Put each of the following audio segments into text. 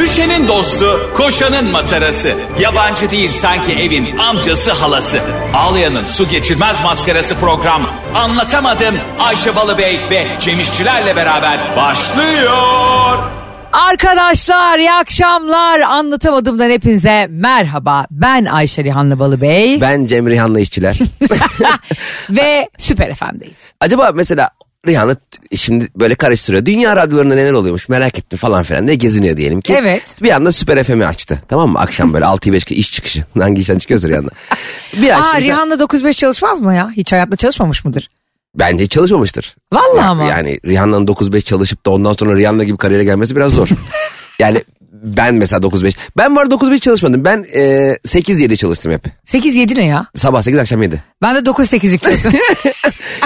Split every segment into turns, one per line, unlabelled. Ayşe'nin dostu, koşanın matarası. Yabancı değil sanki evin amcası halası. Ağlayan'ın su geçirmez maskarası program. Anlatamadım Ayşe Balıbey ve Cemişçilerle beraber başlıyor.
Arkadaşlar iyi akşamlar. Anlatamadığımdan hepinize merhaba. Ben Ayşe Rihanlı Balıbey
Ben Cem Rihanna işçiler.
ve Süper FM'deyiz.
Acaba mesela Rihanna t- şimdi böyle karıştırıyor. Dünya radyolarında neler oluyormuş merak ettim falan filan diye geziniyor diyelim ki.
Evet.
Bir anda Süper FM'i açtı. Tamam mı? Akşam böyle 6'yı 5 iş çıkışı. Hangi işten çıkıyorsa Rihanna. Bir açtı
Aa
mesela-
Rihanna 9-5 çalışmaz mı ya? Hiç hayatta çalışmamış mıdır?
Bence hiç çalışmamıştır.
Vallahi
Ya-
ama.
Yani Rihanna'nın 9-5 çalışıp da ondan sonra Rihanna gibi kariyere gelmesi biraz zor. yani ben mesela 9-5. Ben var 9-5 çalışmadım. Ben e, 8-7 çalıştım hep.
8-7 ne ya?
Sabah 8 akşam 7.
Ben de 9-8'lik çalıştım.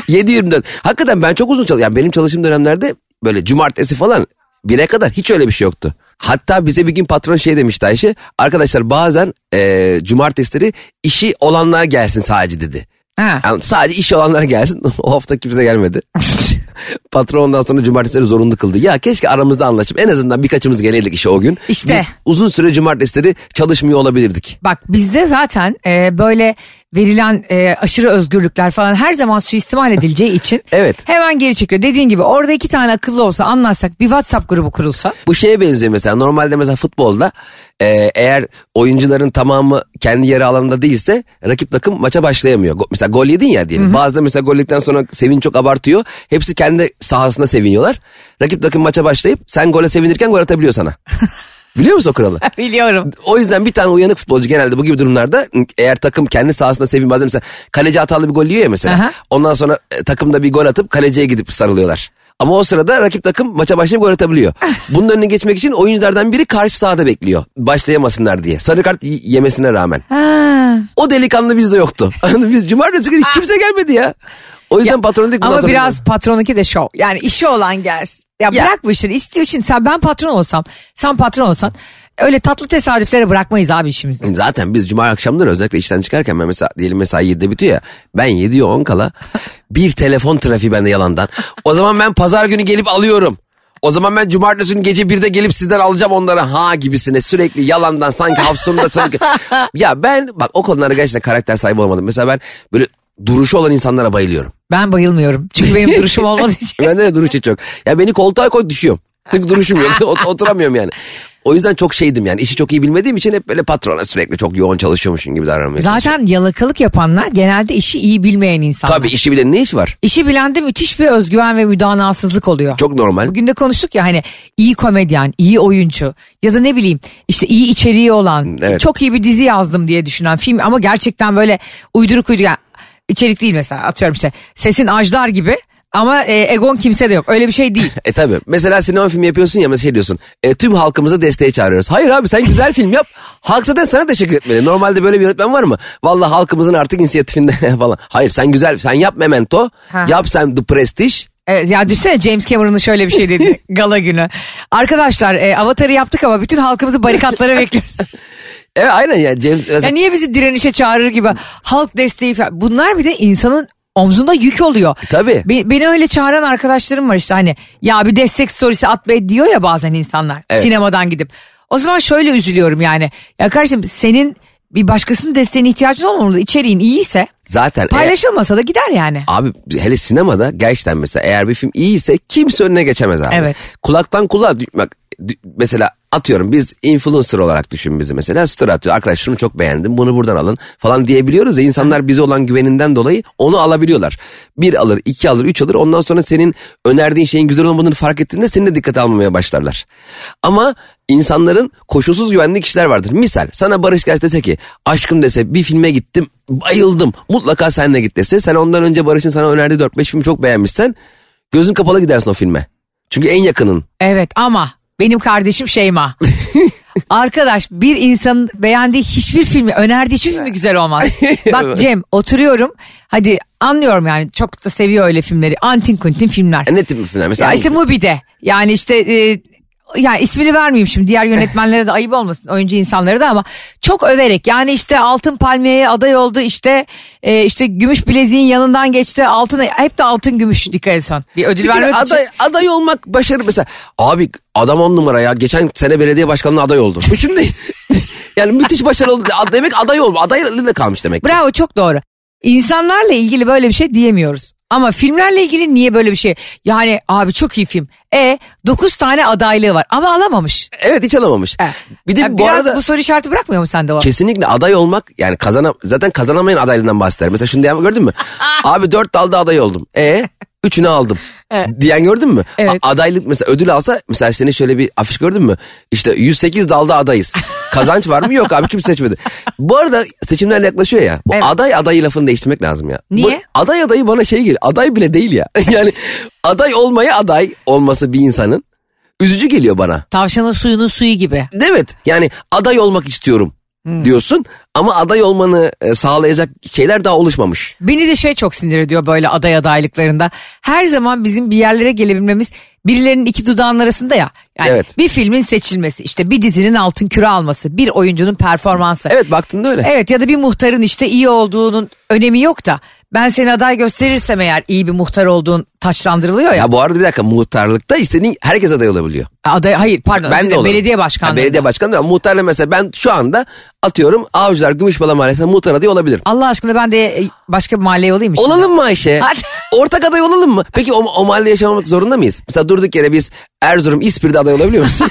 7-24. Hakikaten ben çok uzun çalıştım. Yani benim çalıştığım dönemlerde böyle cumartesi falan bire kadar hiç öyle bir şey yoktu. Hatta bize bir gün patron şey demişti Ayşe. Arkadaşlar bazen e, cumartesileri işi olanlar gelsin sadece dedi.
ha.
Yani sadece işi olanlar gelsin. o hafta kimse gelmedi. patron ondan sonra cumartesileri zorunlu kıldı. Ya keşke aramızda anlaşıp en azından birkaçımız geleydik işe o gün.
İşte.
Biz uzun süre cumartesileri çalışmıyor olabilirdik.
Bak bizde zaten e, böyle verilen e, aşırı özgürlükler falan her zaman suistimal edileceği için
Evet.
hemen geri çekiyor. Dediğin gibi orada iki tane akıllı olsa anlaşsak bir WhatsApp grubu kurulsa.
Bu şeye benziyor mesela normalde mesela futbolda e, eğer oyuncuların tamamı kendi yarı alanında değilse rakip takım maça başlayamıyor. Go- mesela gol yedin ya diyelim. Bazıları mesela gol yedikten sonra sevinç çok abartıyor. Hepsi kendi sahasında seviniyorlar. Rakip takım maça başlayıp sen gole sevinirken gol atabiliyor sana. Biliyor musun o kuralı?
Biliyorum.
O yüzden bir tane uyanık futbolcu genelde bu gibi durumlarda eğer takım kendi sahasında sevin bazen mesela kaleci hatalı bir gol yiyor ya mesela.
Aha.
Ondan sonra e, takımda bir gol atıp kaleciye gidip sarılıyorlar. Ama o sırada rakip takım maça başlayıp gol atabiliyor. Bunun önüne geçmek için oyunculardan biri karşı sahada bekliyor. Başlayamasınlar diye. Sarı kart y- yemesine rağmen.
Ha. Ah.
O delikanlı bizde yoktu. Biz cumartesi günü hiç kimse gelmedi ya. O yüzden patron dedik bundan
Ama
sonra-
biraz patronunki de şov. Yani işi olan gelsin. Ya,
Ya.
bırak bu işleri. İstiyor şimdi sen ben patron olsam, sen patron olsan öyle tatlı tesadüflere bırakmayız abi işimizi.
Zaten biz cuma akşamları özellikle işten çıkarken ben mesela diyelim mesai 7'de bitiyor ya. Ben 7'ye 10 kala bir telefon trafiği bende yalandan. O zaman ben pazar günü gelip alıyorum. O zaman ben cumartesi günü gece 1'de gelip sizden alacağım onları ha gibisine sürekli yalandan sanki hapsonunda sanki. ya ben bak o konularda gerçekten karakter sahibi olmadım. Mesela ben böyle duruşu olan insanlara bayılıyorum.
Ben bayılmıyorum. Çünkü benim duruşum olmadığı için.
Bende de duruş hiç yok. Ya beni koltuğa koy düşüyorum. Çünkü duruşum yok. Ot- Oturamıyorum yani. O yüzden çok şeydim yani. İşi çok iyi bilmediğim için hep böyle patrona sürekli çok yoğun çalışıyormuşum gibi davranmaya çalışıyorum.
Zaten yalakalık yapanlar genelde işi iyi bilmeyen insanlar.
Tabii işi bilen ne iş var?
İşi bilende müthiş bir özgüven ve müdanasızlık oluyor.
Çok normal.
Bugün de konuştuk ya hani iyi komedyen, iyi oyuncu ya da ne bileyim işte iyi içeriği olan,
Evet.
çok iyi bir dizi yazdım diye düşünen film ama gerçekten böyle uyduruk uyduruk yani içerik değil mesela atıyorum işte sesin ajdar gibi ama e, Egon kimse de yok öyle bir şey değil.
E tabii. Mesela sinema filmi yapıyorsun ya mesela şey diyorsun. E, tüm halkımızı desteğe çağırıyoruz. Hayır abi sen güzel film yap. Halk zaten sana teşekkür etmeli. Normalde böyle bir yönetmen var mı? Vallahi halkımızın artık inisiyatifinde falan. Hayır sen güzel sen yap Memento.
Ha.
Yap sen The Prestige.
Evet, ya düşünsene James Cameron'ın şöyle bir şey dedi gala günü. Arkadaşlar e, avatarı yaptık ama bütün halkımızı barikatlara bekliyoruz.
Evet E, aynen yani. James,
Ya niye bizi direnişe çağırır gibi halk desteği falan. Bunlar bir de insanın omzunda yük oluyor.
E, Tabii.
Be- beni öyle çağıran arkadaşlarım var işte hani ya bir destek storiesi at be diyor ya bazen insanlar
Evet.
sinemadan gidip. O zaman şöyle üzülüyorum yani. Ya kardeşim senin bir başkasının desteğine ihtiyacın olmamalı. İçeriğin iyiyse
zaten eğer-
paylaşılmasa da gider yani.
Abi hele sinemada gerçekten mesela eğer bir film iyiyse kimse önüne geçemez abi.
Evet.
Kulaktan kulağa dü- bak dü- mesela atıyorum biz influencer olarak düşün bizi mesela story atıyor. Arkadaş şunu çok beğendim bunu buradan alın falan diyebiliyoruz ya insanlar bize olan güveninden dolayı onu alabiliyorlar. Bir alır iki alır üç alır ondan sonra senin önerdiğin şeyin güzel olmadığını fark ettiğinde seni de dikkate almamaya başlarlar. Ama insanların koşulsuz güvendiği kişiler vardır. Misal sana Barış Gels dese ki aşkım dese bir filme gittim bayıldım mutlaka seninle git dese sen ondan önce Barış'ın sana önerdiği 4-5 filmi çok beğenmişsen gözün kapalı gidersin o filme. Çünkü en yakının.
Evet ama benim kardeşim Şeyma. Arkadaş bir insanın beğendiği hiçbir filmi, önerdiği hiçbir filmi güzel olmaz. Bak Cem oturuyorum. Hadi anlıyorum yani çok da seviyor öyle filmleri. Antin kuntin filmler.
E, ne tip bir filmler? Mesela
Ya işte
hangi-
Mubi'de. Yani işte e, yani ismini vermeyeyim şimdi diğer yönetmenlere de ayıp olmasın oyuncu insanlara da ama çok överek yani işte altın palmiyeye aday oldu işte e, işte gümüş bileziğin yanından geçti altın hep de altın gümüş dikkat etsen. Bir ödül
Bir kere
vermek için.
şey. aday, aday olmak başarı mesela. Abi adam on numara ya. Geçen sene belediye başkanlığı aday oldu. Bu Şimdi yani müthiş başarılı oldu. Ad- Demek aday oldu. Adayla kalmış demek. ki.
Bravo çok doğru. İnsanlarla ilgili böyle bir şey diyemiyoruz. Ama filmlerle ilgili niye böyle bir şey? Yani abi çok iyi film. E 9 tane adaylığı var ama alamamış.
Evet hiç alamamış.
E,
Bir de
yani
bu
biraz
arada
bu soru işareti bırakmıyor mu sende o?
kesinlikle aday olmak yani kazana zaten kazanamayan adaylığından bahseder. Mesela şunu diyen gördün mü? Abi dört dalda aday oldum. E üçünü aldım. Diyen gördün mü? A-
Evet.
adaylık mesela ödül alsa mesela seni şöyle bir afiş gördün mü? İşte 108 dalda adayız. Kazanç var mı? Yok abi kim seçmedi. Bu arada seçimler yaklaşıyor ya. Bu
Evet.
aday adayı lafını değiştirmek lazım ya. Bu-
Niye?
aday adayı bana şey geliyor. Aday bile değil ya. yani aday olmaya aday olması bir insanın üzücü geliyor bana.
Tavşanın suyunun suyu gibi.
Evet yani aday olmak istiyorum
Hmm.
diyorsun ama aday olmanı e, sağlayacak şeyler daha oluşmamış.
Beni de şey çok sinir ediyor böyle aday adaylıklarında. Her zaman bizim bir yerlere gelebilmemiz birilerinin iki dudağının arasında ya. Yani
Evet.
Bir filmin seçilmesi, işte bir dizinin altın küre alması, bir oyuncunun performansı.
Evet baktığında öyle.
Evet ya da bir muhtarın işte iyi olduğunun önemi yok da ben seni aday gösterirsem eğer iyi bir muhtar olduğun taçlandırılıyor ya.
Ya bu arada bir dakika muhtarlıkta istediğin herkes aday olabiliyor.
Aday hayır pardon özür
ben de
dilerim,
olurum.
belediye
Ha,
başkanlığı.
belediye başkanı da muhtarla mesela ben şu anda atıyorum Avcılar Gümüşbala Mahallesi'nde muhtar adayı olabilirim.
Allah aşkına ben de e, başka bir mahalleye olayım işte.
Olalım mı Ayşe?
Hadi.
Ortak aday olalım mı? Peki o, o mahallede yaşamak zorunda mıyız? Mesela durduk yere biz Erzurum İspir'de aday olabiliyor muyuz?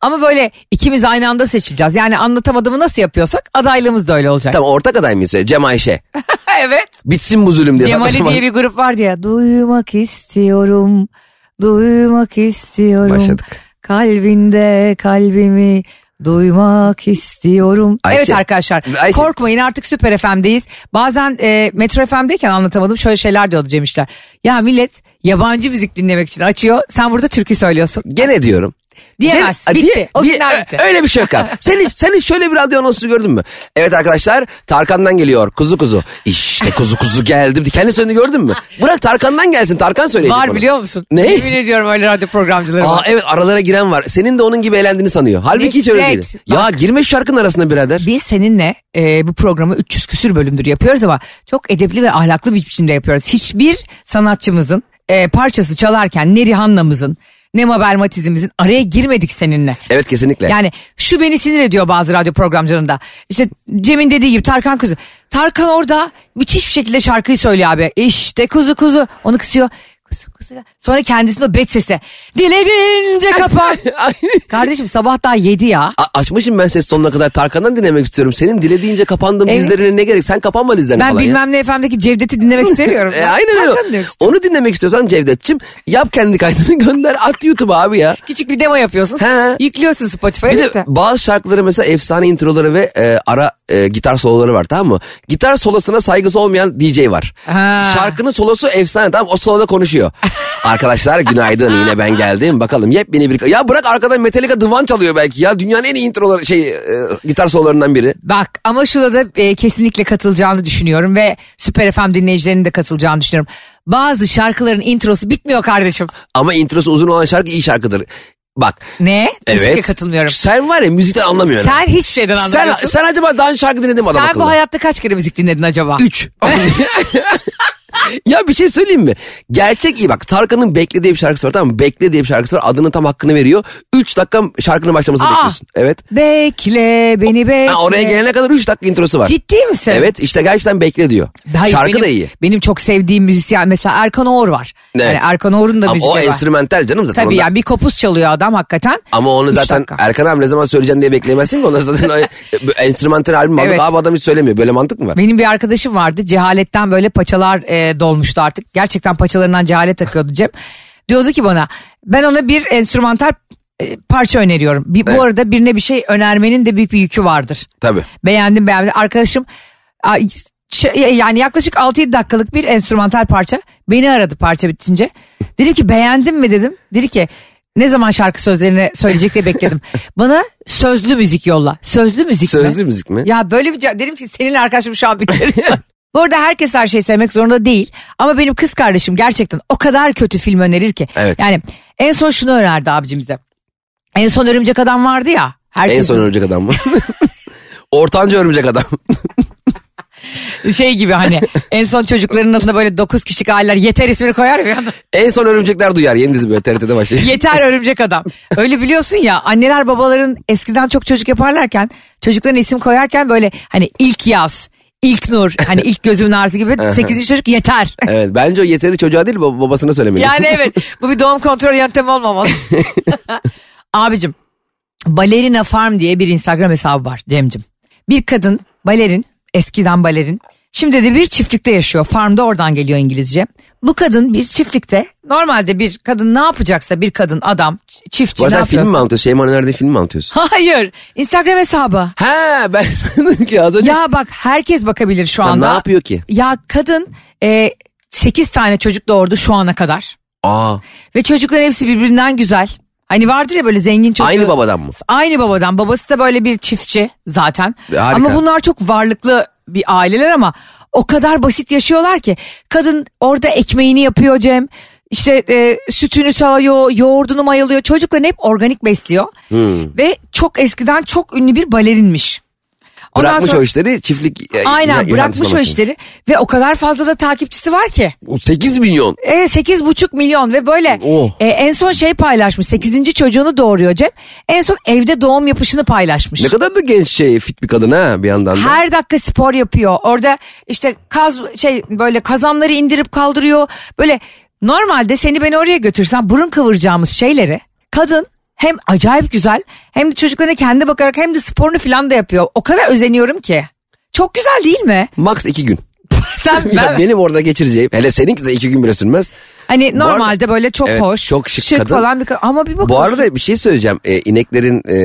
Ama böyle ikimiz aynı anda seçeceğiz. Yani anlatamadığımı nasıl yapıyorsak adaylığımız da öyle olacak.
tamam ortak aday mıyız? Cem Ayşe.
evet.
Bitsin bu zulüm diye.
Cemali diye bir grup var diye. Duymak istiyorum. Duymak istiyorum.
Başladık.
Kalbinde kalbimi duymak istiyorum.
Ayşe.
Evet arkadaşlar
Ayşe.
korkmayın artık Süper FM'deyiz. Bazen e, Metro FM'deyken anlatamadım şöyle şeyler diyordu Cemişler. Ya millet yabancı müzik dinlemek için açıyor. Sen burada türkü söylüyorsun.
Gene diyorum.
Diyemez.
Gene-
bitti.
diye-
o
diye-
günler bitti.
ö- Öyle bir şey yok abi. Sen hiç, sen hiç şöyle bir radyo anonsu gördün mü? Evet arkadaşlar Tarkan'dan geliyor kuzu kuzu. İşte kuzu kuzu geldim. Kendi söylediğini gördün mü? Bırak Tarkan'dan gelsin Tarkan söyleyecek
Var
onu.
biliyor musun?
Ne?
Yemin ediyorum öyle radyo programcıları
Aa
var.
evet aralara giren var. Senin de onun gibi eğlendiğini sanıyor. Halbuki hiç öyle değil.
Nefret.
Ya girme şu şarkının arasına birader.
Biz seninle e, bu programı 300 küsür bölümdür yapıyoruz ama çok edepli ve ahlaklı bir biçimde yapıyoruz. Hiçbir sanatçımızın e, parçası çalarken ne Rihanna'mızın ne Mabel Matiz'imizin araya girmedik seninle.
Evet kesinlikle.
Yani şu beni sinir ediyor bazı radyo programcılarında. İşte Cem'in dediği gibi Tarkan kuzu. Tarkan orada müthiş bir şekilde şarkıyı söylüyor abi. İşte kuzu kuzu. Onu kısıyor. Kuzu kuzu. Sonra kendisinin o bet sesi. Dilediğince kapan. Kardeşim sabah daha yedi ya.
A- açmışım ben ses sonuna kadar Tarkan'dan dinlemek istiyorum. Senin dilediğince kapandığım
Evet.
dizlerine ne gerek? Sen kapanma dizlerine
Ben
falan ya.
bilmem ne efendimdeki Cevdet'i dinlemek istemiyorum.
E, aynen
Tarkan
öyle.
dinlemek istiyorum.
Onu dinlemek istiyorsan Cevdetçim yap kendi kaydını gönder at YouTube'a abi ya.
Küçük bir demo yapıyorsun.
He.
Yüklüyorsun Spotify'a.
Bir
evet de.
de bazı şarkıları mesela efsane introları ve e, ara e, gitar soloları var tamam mı? Gitar solosuna saygısı olmayan DJ var.
Ha.
Şarkının solosu efsane tamam o soloda konuşuyor. Arkadaşlar günaydın yine ben geldim bakalım yepyeni bir... Ya bırak arkadan Metallica Divan çalıyor belki ya dünyanın en iyi introları şey e, gitar sololarından biri.
Bak ama şurada da e, kesinlikle katılacağını düşünüyorum ve Süper FM dinleyicilerinin de katılacağını düşünüyorum. Bazı şarkıların introsu bitmiyor kardeşim.
Ama introsu uzun olan şarkı iyi şarkıdır. Bak.
Ne? Kesinlikle
evet.
katılmıyorum.
Sen var ya müzikten anlamıyorum.
Sen hiçbir şeyden
sen,
anlamıyorsun. Sen,
sen acaba daha önce şarkı dinledin mi adam akıllı?
bu hayatta kaç kere müzik dinledin acaba?
3. ya bir şey söyleyeyim mi? Gerçek iyi bak. Tarkan'ın Bekle diye bir şarkısı var tamam mı? Bekle diye bir şarkısı var. Adının tam hakkını veriyor. 3 dakika şarkının başlamasını
Aa.
bekliyorsun. Evet.
Bekle beni bekle.
Ha, oraya gelene kadar 3 dakika introsu var.
Ciddi misin?
Evet işte gerçekten bekle diyor.
Hayır,
Şarkı
benim,
da iyi.
Benim çok sevdiğim müzisyen mesela Erkan Oğur var.
Evet.
Yani Erkan Oğur'un da
Ama
müzikleri
o
var.
enstrümantal canım zaten.
Tabii
onda.
yani bir kopuz çalıyor adam hakikaten.
Ama onu
Üç
zaten er-
dakika.
Erkan abi ne zaman söyleyeceksin diye bekleyemezsin ki. Ona zaten o e, enstrümantal albüm aldık.
Evet.
Abi adam hiç söylemiyor. Böyle mantık mı var?
Benim bir arkadaşım vardı cehaletten böyle paçalar e, dolmuştu artık. Gerçekten paçalarından cehalet takıyordu Cem. Diyordu ki bana ben ona bir enstrümantal e, parça öneriyorum. Bir,
Evet.
Bu arada birine bir şey önermenin de büyük bir yükü vardır.
Tabii.
Beğendim beğendim. Arkadaşım ay, ş- yani yaklaşık 6-7 dakikalık bir enstrümantal parça. Beni aradı parça bitince. Dedim ki beğendin mi dedim. Dedi ki ne zaman şarkı sözlerini söyleyecek diye bekledim. Bana sözlü müzik yolla. Sözlü müzik mi?
Sözlü müzik mi?
Ya böyle bir ce- dedim ki seninle arkadaşım şu an biter. Bu arada herkes her şeyi sevmek zorunda değil. Ama benim kız kardeşim gerçekten o kadar kötü film önerir ki.
Evet.
Yani en son şunu önerdi abicim bize. En son örümcek adam vardı ya.
En
Herkes
son örümcek adam mı? Ortanca örümcek adam.
şey gibi hani en son çocukların adına böyle 9 kişilik aileler yeter ismini koyar ya. bir anda.
En son örümcekler duyar. Yeni dizi böyle TRT'de başlıyor.
Yeter örümcek adam. Öyle biliyorsun ya anneler babaların eskiden çok çocuk yaparlarken çocuklarına isim koyarken böyle hani ilk yaz, ilk nur, hani ilk gözümün ağrısı gibi 8. çocuk yeter.
evet bence o yeteri çocuğa değil bab- babasına söylemeli.
Yani evet bu bir doğum kontrol yöntemi olmamalı. Abicim Balerina Farm diye bir Instagram hesabı var Cem'cim. Bir kadın balerin eskiden balerin şimdi de bir çiftlikte yaşıyor. Farmda oradan geliyor İngilizce. Bu kadın bir çiftlikte normalde bir kadın ne yapacaksa bir kadın adam ç- çiftçi
Bu
ne
arada sen film mi
yapıyorsa.
anlatıyorsun? Şeyman Öner'de film mi anlatıyorsun?
Hayır Instagram hesabı.
Ha ben sandım ki az önce.
Ya bak herkes bakabilir şu
Ya
anda.
ne yapıyor ki?
Ya kadın e, 8 tane çocuk doğurdu şu ana kadar.
Aa,
Ve çocukların hepsi birbirinden güzel. Hani vardır ya böyle zengin çocuğu.
aynı babadan mı?
Aynı babadan. Babası da böyle bir çiftçi zaten.
E, Harika.
Ama bunlar çok varlıklı bir aileler ama o kadar basit yaşıyorlar ki. Kadın orada ekmeğini yapıyor Cem. İşte e, sütünü sağıyor, yoğurdunu mayalıyor. Çocuklarını hep organik besliyor.
Hmm.
Ve çok eskiden çok ünlü bir balerinmiş. Ondan
Bırakmış
sonra-
o işleri çiftlik. e,
Aynen
ya-
bırakmış o
yaratılmasın.
işleri. Ve o kadar fazla da takipçisi var ki.
8 milyon.
E, 8,5 milyon ve böyle
Oh.
e, en son şey paylaşmış 8. çocuğunu doğuruyor Cem. En son evde doğum yapışını paylaşmış.
Ne kadar da genç şey fit bir kadın ha bir yandan da.
Her dakika spor yapıyor. Orada işte kaz şey böyle kazanları indirip kaldırıyor. Böyle normalde seni beni oraya götürsen burun kıvıracağımız şeyleri kadın hem acayip güzel hem de çocuklarına kendi bakarak hem de sporunu falan da yapıyor. O kadar özeniyorum ki. Çok güzel değil mi?
Max 2 gün.
Sen
Ya
ben,
benim orada geçireceğim. Hele seninki de 2 gün bile sürmez.
hani
Bu arada-
normalde böyle çok
Evet,
hoş,
çok şık kadın.
falan bir kadın. ama bir bakıyorsun.
Bu arada bir şey söyleyeceğim. E, ineklerin e,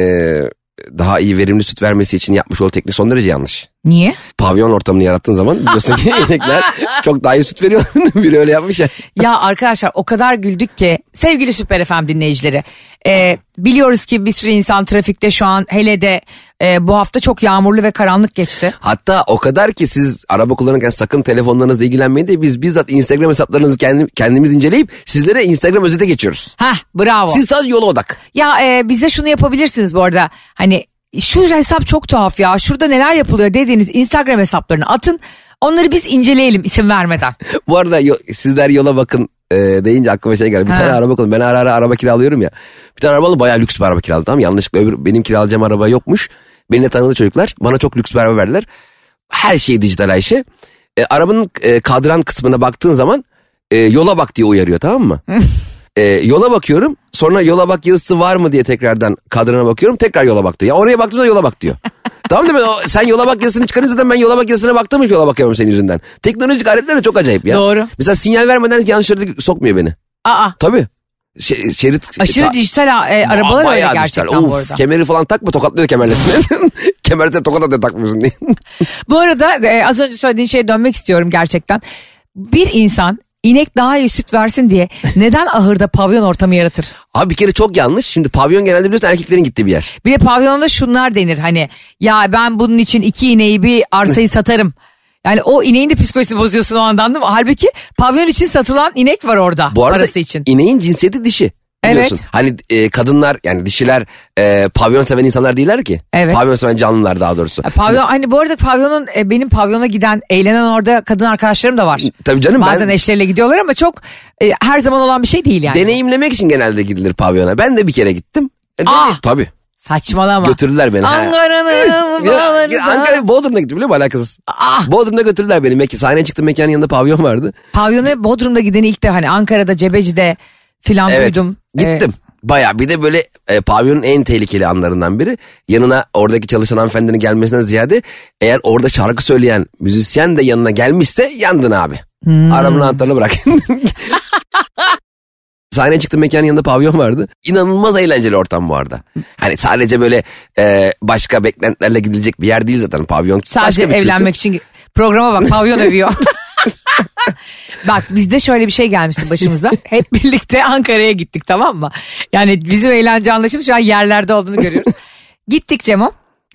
daha iyi verimli süt vermesi için yapmış olduğu teknik son derece yanlış.
Niye?
Pavyon ortamını yarattığın zaman biliyorsun ki inekler çok daha iyi süt veriyor. Biri öyle yapmış ya.
Ya arkadaşlar o kadar güldük ki sevgili Süper FM dinleyicileri e, biliyoruz ki bir sürü insan trafikte şu an hele de e, bu hafta çok yağmurlu ve karanlık geçti.
Hatta o kadar ki siz araba kullanırken sakın telefonlarınızla ilgilenmeyin de biz bizzat Instagram hesaplarınızı kendim, kendimiz inceleyip sizlere Instagram özete geçiyoruz.
Hah bravo.
Siz sadece yola odak.
Ya e, bize şunu yapabilirsiniz bu arada hani şu hesap çok tuhaf ya şurada neler yapılıyor dediğiniz Instagram hesaplarını atın onları biz inceleyelim isim vermeden.
Bu arada yo- sizler yola bakın e, deyince aklıma şey geldi. Bir tane
Ha.
araba kullan. Ben ara ara araba kiralıyorum ya. Bir tane araba aldım bayağı lüks bir araba kiraladım. Tamam mı? yanlışlıkla öbür, benim kiralayacağım araba yokmuş. Benimle tanıdığı çocuklar bana çok lüks bir araba verdiler. Her şey dijital Ayşe. E, arabanın e, kadran kısmına baktığın zaman e, yola bak diye uyarıyor tamam mı? E, yola bakıyorum sonra yola bak yazısı var mı diye tekrardan kadrana bakıyorum tekrar yola bak diyor. Ya oraya baktığımda yola bak diyor. tamam da ben o- sen yola bak yazısını çıkarınca zaten ben yola bak yazısına baktığım için yola bakıyorum senin yüzünden. Teknolojik aletler de çok acayip ya.
Doğru.
Mesela sinyal vermeden yanlış şeride sokmuyor beni.
Aa
Tabii. Şe- şerit
aşırı
ta-
dijital e, arabalar öyle
Bayağı
gerçekten
dijital.
bu
Of,
arada.
Kemeri falan takma tokatlıyor kemerlesine. Kemerse tokat atıyor takmıyorsun diye.
Bu arada e, az önce söylediğin şeye dönmek istiyorum gerçekten. Bir insan inek daha iyi süt versin diye neden ahırda pavyon ortamı yaratır?
Abi bir kere çok yanlış. Şimdi pavyon genelde biliyorsun erkeklerin gittiği bir yer.
Bir de pavyonda şunlar denir hani ya ben bunun için iki ineği bir arsayı satarım. Yani o ineğin de psikolojisini bozuyorsun o andan değil mi? Halbuki pavyon için satılan inek var orada
Bu arada
parası için.
ineğin cinsiyeti dişi. Biliyorsun.
Evet.
Hani e, kadınlar yani dişiler e, pavyon seven insanlar değiller ki.
Evet.
Pavyon seven canlılar daha doğrusu.
Ya Pavyon hani bu arada pavyonun e, benim pavyona giden eğlenen orada kadın arkadaşlarım da var.
Tabii canım
Bazen
ben
eşleriyle gidiyorlar ama çok e, her zaman olan bir şey değil yani.
deneyimlemek için genelde gidilir pavyona. Ben de bir kere gittim. E,
Aa!
deney- Tabii.
Saçmalama.
Götürdüler beni. ha.
Ankara'nın
Ya,
buralarında.
Ankara Bodrum'da gittim biliyor musun alakasız.
Ah.
Bodrum'da götürdüler beni. Mek sahneye çıktım mekanın yanında pavyon vardı.
Pavyona Bodrum'da gideni ilk de hani Ankara'da Cebeci'de filan
Evet.
duydum. Ee,
Gittim. Baya bir de böyle e, pavyonun en tehlikeli anlarından biri. Yanına oradaki çalışan hanımefendinin gelmesinden ziyade eğer orada şarkı söyleyen müzisyen de yanına gelmişse yandın abi.
Hmm.
Aramın anahtarını bırak. Sahneye çıktım mekanın yanında pavyon vardı. İnanılmaz eğlenceli ortam bu arada. Hani sadece böyle e, başka beklentilerle gidilecek bir yer değil zaten pavyon.
E, sadece
başka bir kültür.
evlenmek için programa bak pavyon övüyor. Bak bizde şöyle bir şey gelmişti başımıza. Hep birlikte Ankara'ya gittik tamam mı? Yani bizim eğlence anlaşım şu an yerlerde olduğunu görüyoruz. gittik Cemo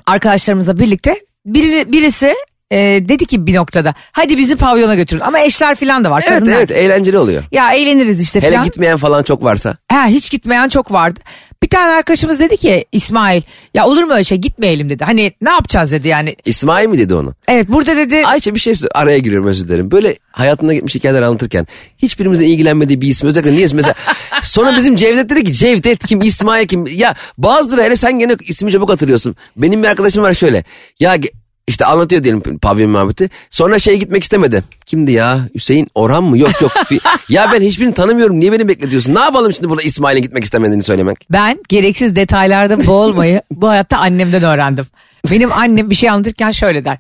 arkadaşlarımızla birlikte. Biri, birisi e, dedi ki bir noktada hadi bizi pavyona götürün ama eşler falan da var.
Evet
kadınlar.
evet eğlenceli oluyor.
Ya eğleniriz işte
Hele
falan.
gitmeyen falan çok varsa.
Ha, hiç gitmeyen çok vardı. Bir tane arkadaşımız dedi ki İsmail ya olur mu öyle şey gitmeyelim dedi. Hani ne yapacağız dedi yani.
İsmail mi dedi onu?
Evet burada dedi
Ayça bir şey sor- araya giriyorum özür dilerim. Böyle hayatında gitmiş hikayeler anlatırken hiçbirimizin ilgilenmediği bir isim özellikle niye mesela sonra bizim Cevdet dedi ki Cevdet kim İsmail kim ya bazıları hele sen gene ismi çabuk hatırlıyorsun. Benim bir arkadaşım var şöyle ya ge- işte anlatıyor diyelim pavyon muhabbeti. Sonra şeye gitmek istemedi. Kimdi ya? Hüseyin Orhan mı? Yok yok. Fi- ya ben hiçbirini tanımıyorum. Niye beni bekletiyorsun? Ne yapalım şimdi burada İsmail'e gitmek istemediğini söylemek?
Ben gereksiz detaylarda boğulmayı bu hayatta annemden öğrendim. Benim annem bir şey anlatırken şöyle der.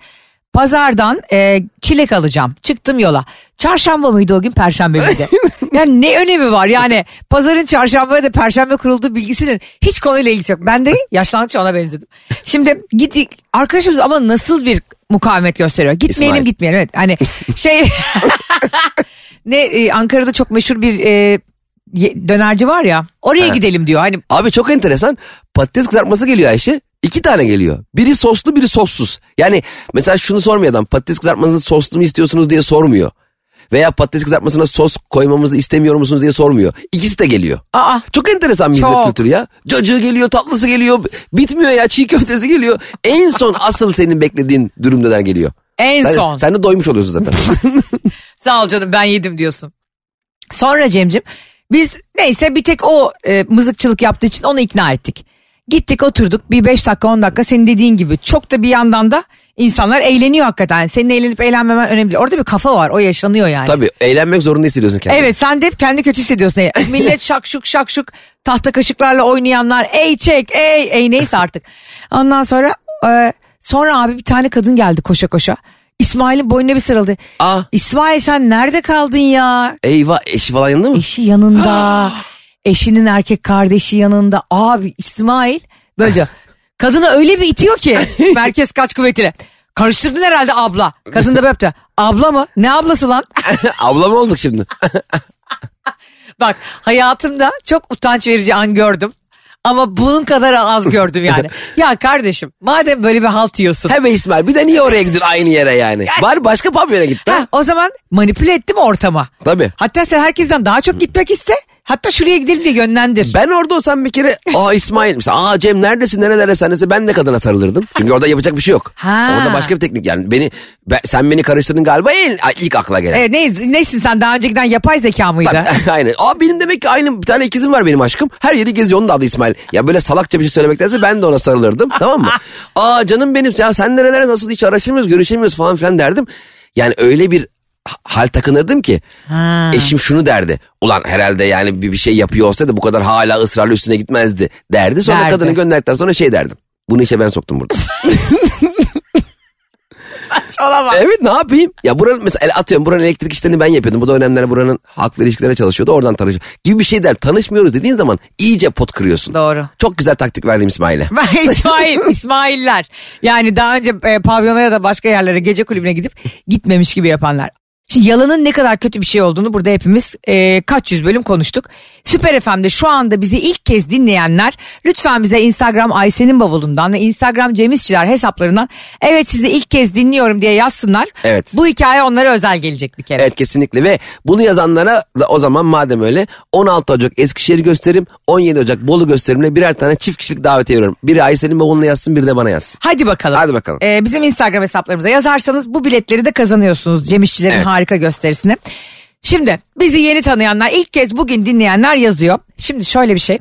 Pazardan e, çilek alacağım. Çıktım yola. Çarşamba mıydı o gün perşembe miydi? yani ne önemi var yani pazarın çarşamba ya da perşembe kurulduğu bilgisinin hiç konuyla ilgisi yok. Ben de yaşlandıkça ona benzedim. Şimdi gittik arkadaşımız ama nasıl bir mukavemet gösteriyor. Gitmeyelim
İsmail.
gitmeyelim evet. Hani şey ne e, Ankara'da çok meşhur bir e, ye- dönerci var ya oraya
Ha.
gidelim diyor. Hani
Abi çok enteresan. Patates kızartması geliyor Ayşe. İki tane geliyor. Biri soslu biri sossuz. Yani mesela şunu sormuyor adam. Patates kızartmasını soslu mu istiyorsunuz diye sormuyor. Veya patates kızartmasına sos koymamızı istemiyor musunuz diye sormuyor. İkisi de geliyor.
Aa.
Çok enteresan bir hizmet
Çok.
kültürü ya. Cacığı geliyor, tatlısı geliyor. Bitmiyor ya çiğ köftesi geliyor. En son asıl senin beklediğin dürümden geliyor.
En
Sen,
son.
sen de doymuş oluyorsun zaten.
Sağ ol canım ben yedim diyorsun. Sonra Cem'cim biz neyse bir tek o e, mızıkçılık yaptığı için onu ikna ettik. Gittik oturduk bir 5 dakika 10 dakika senin dediğin gibi çok da bir yandan da insanlar eğleniyor hakikaten. senin eğlenip eğlenmemen önemli değil. Orada bir kafa var o yaşanıyor yani.
Tabii eğlenmek zorunda hissediyorsun kendini.
Evet sen de hep kendi kötü hissediyorsun. E, Millet şakşuk şakşuk tahta kaşıklarla oynayanlar ey çek ey ey neyse artık. Ondan sonra e, sonra abi bir tane kadın geldi koşa koşa. İsmail'in boynuna bir sarıldı.
Aa.
İsmail sen nerede kaldın ya?
Ah, Eyvah eşi falan yanında mı?
Eşi yanında. Eşinin erkek kardeşi yanında. Abi İsmail böyle diyor. Kadını öyle bir itiyor ki merkez kaç kuvvetiyle. Karıştırdın herhalde abla. Kadın da böyle yaptı. Abla mı? Ne ablası lan?
Abla mı olduk şimdi?
Bak hayatımda çok utanç verici an gördüm. Ama bunun kadar az gördüm yani. ya kardeşim madem böyle bir halt yiyorsun.
He be İsmail bir de niye oraya gidin aynı yere yani? Bari başka pavyona git
Ha,
lan.
o zaman manipüle ettim ortama.
Tabii.
Hatta sen herkesten daha çok gitmek iste. Hatta şuraya gidelim diye yönlendir.
Ben orada olsam bir kere aa İsmail mesela aa Cem neredesin nerelere sen dese ben de kadına sarılırdım. Çünkü orada yapacak bir şey yok.
Ha.
Orada başka bir teknik yani beni ben- sen beni karıştırdın galiba en- ay, ilk akla gelen.
E, ne, neysin sen daha önceden yapay zeka mıydı?
Aynen. Aa benim demek ki aynı bir tane ikizim var benim aşkım. Her yeri geziyor onun da adı İsmail. Ya böyle salakça bir şey söylemektense ben de ona sarılırdım tamam mı? Aa canım benim ya sen nerelere nasıl hiç araştırmıyoruz görüşemiyoruz falan filan derdim. Yani öyle bir ha- hal takınırdım ki eşim şunu derdi. Ulan herhalde yani bir, bir şey yapıyor olsaydı bu kadar hala ısrarla üstüne gitmezdi derdi. Sonra
Derdi.
kadını gönderdikten sonra şey derdim. Bunu işe ben soktum burada.
Olamaz.
evet ne yapayım? Ya buranın mesela el atıyorum buranın elektrik işlerini ben yapıyordum. Bu da önemli buranın halkla ilişkilere çalışıyordu. Oradan tanışıyor. Gibi bir şey der. Tanışmıyoruz dediğin zaman iyice pot kırıyorsun.
Doğru.
Çok güzel taktik verdim İsmail'e.
Ben İsmail, İsmailler. Yani daha önce e, pavyona ya da başka yerlere gece kulübüne gidip gitmemiş gibi yapanlar. Şimdi yalanın ne kadar kötü bir şey olduğunu burada hepimiz e, kaç yüz bölüm konuştuk. Süper FM'de şu anda bizi ilk kez dinleyenler lütfen bize Instagram Ayşe'nin bavulundan ve Instagram Cemizçiler hesaplarından evet sizi ilk kez dinliyorum diye yazsınlar.
Evet.
Bu hikaye onlara özel gelecek bir kere.
Evet kesinlikle ve bunu yazanlara da o zaman madem öyle 16 Ocak Eskişehir gösterim 17 Ocak Bolu gösterimle birer tane çift kişilik davetiye veriyorum. Biri Aysel'in bavuluna yazsın biri de bana yazsın.
Hadi bakalım.
Hadi bakalım.
Ee, bizim Instagram hesaplarımıza yazarsanız bu biletleri de kazanıyorsunuz. Cem İşçilerin
Evet.
harika gösterisini. Şimdi bizi yeni tanıyanlar ilk kez bugün dinleyenler yazıyor. Şimdi şöyle bir şey.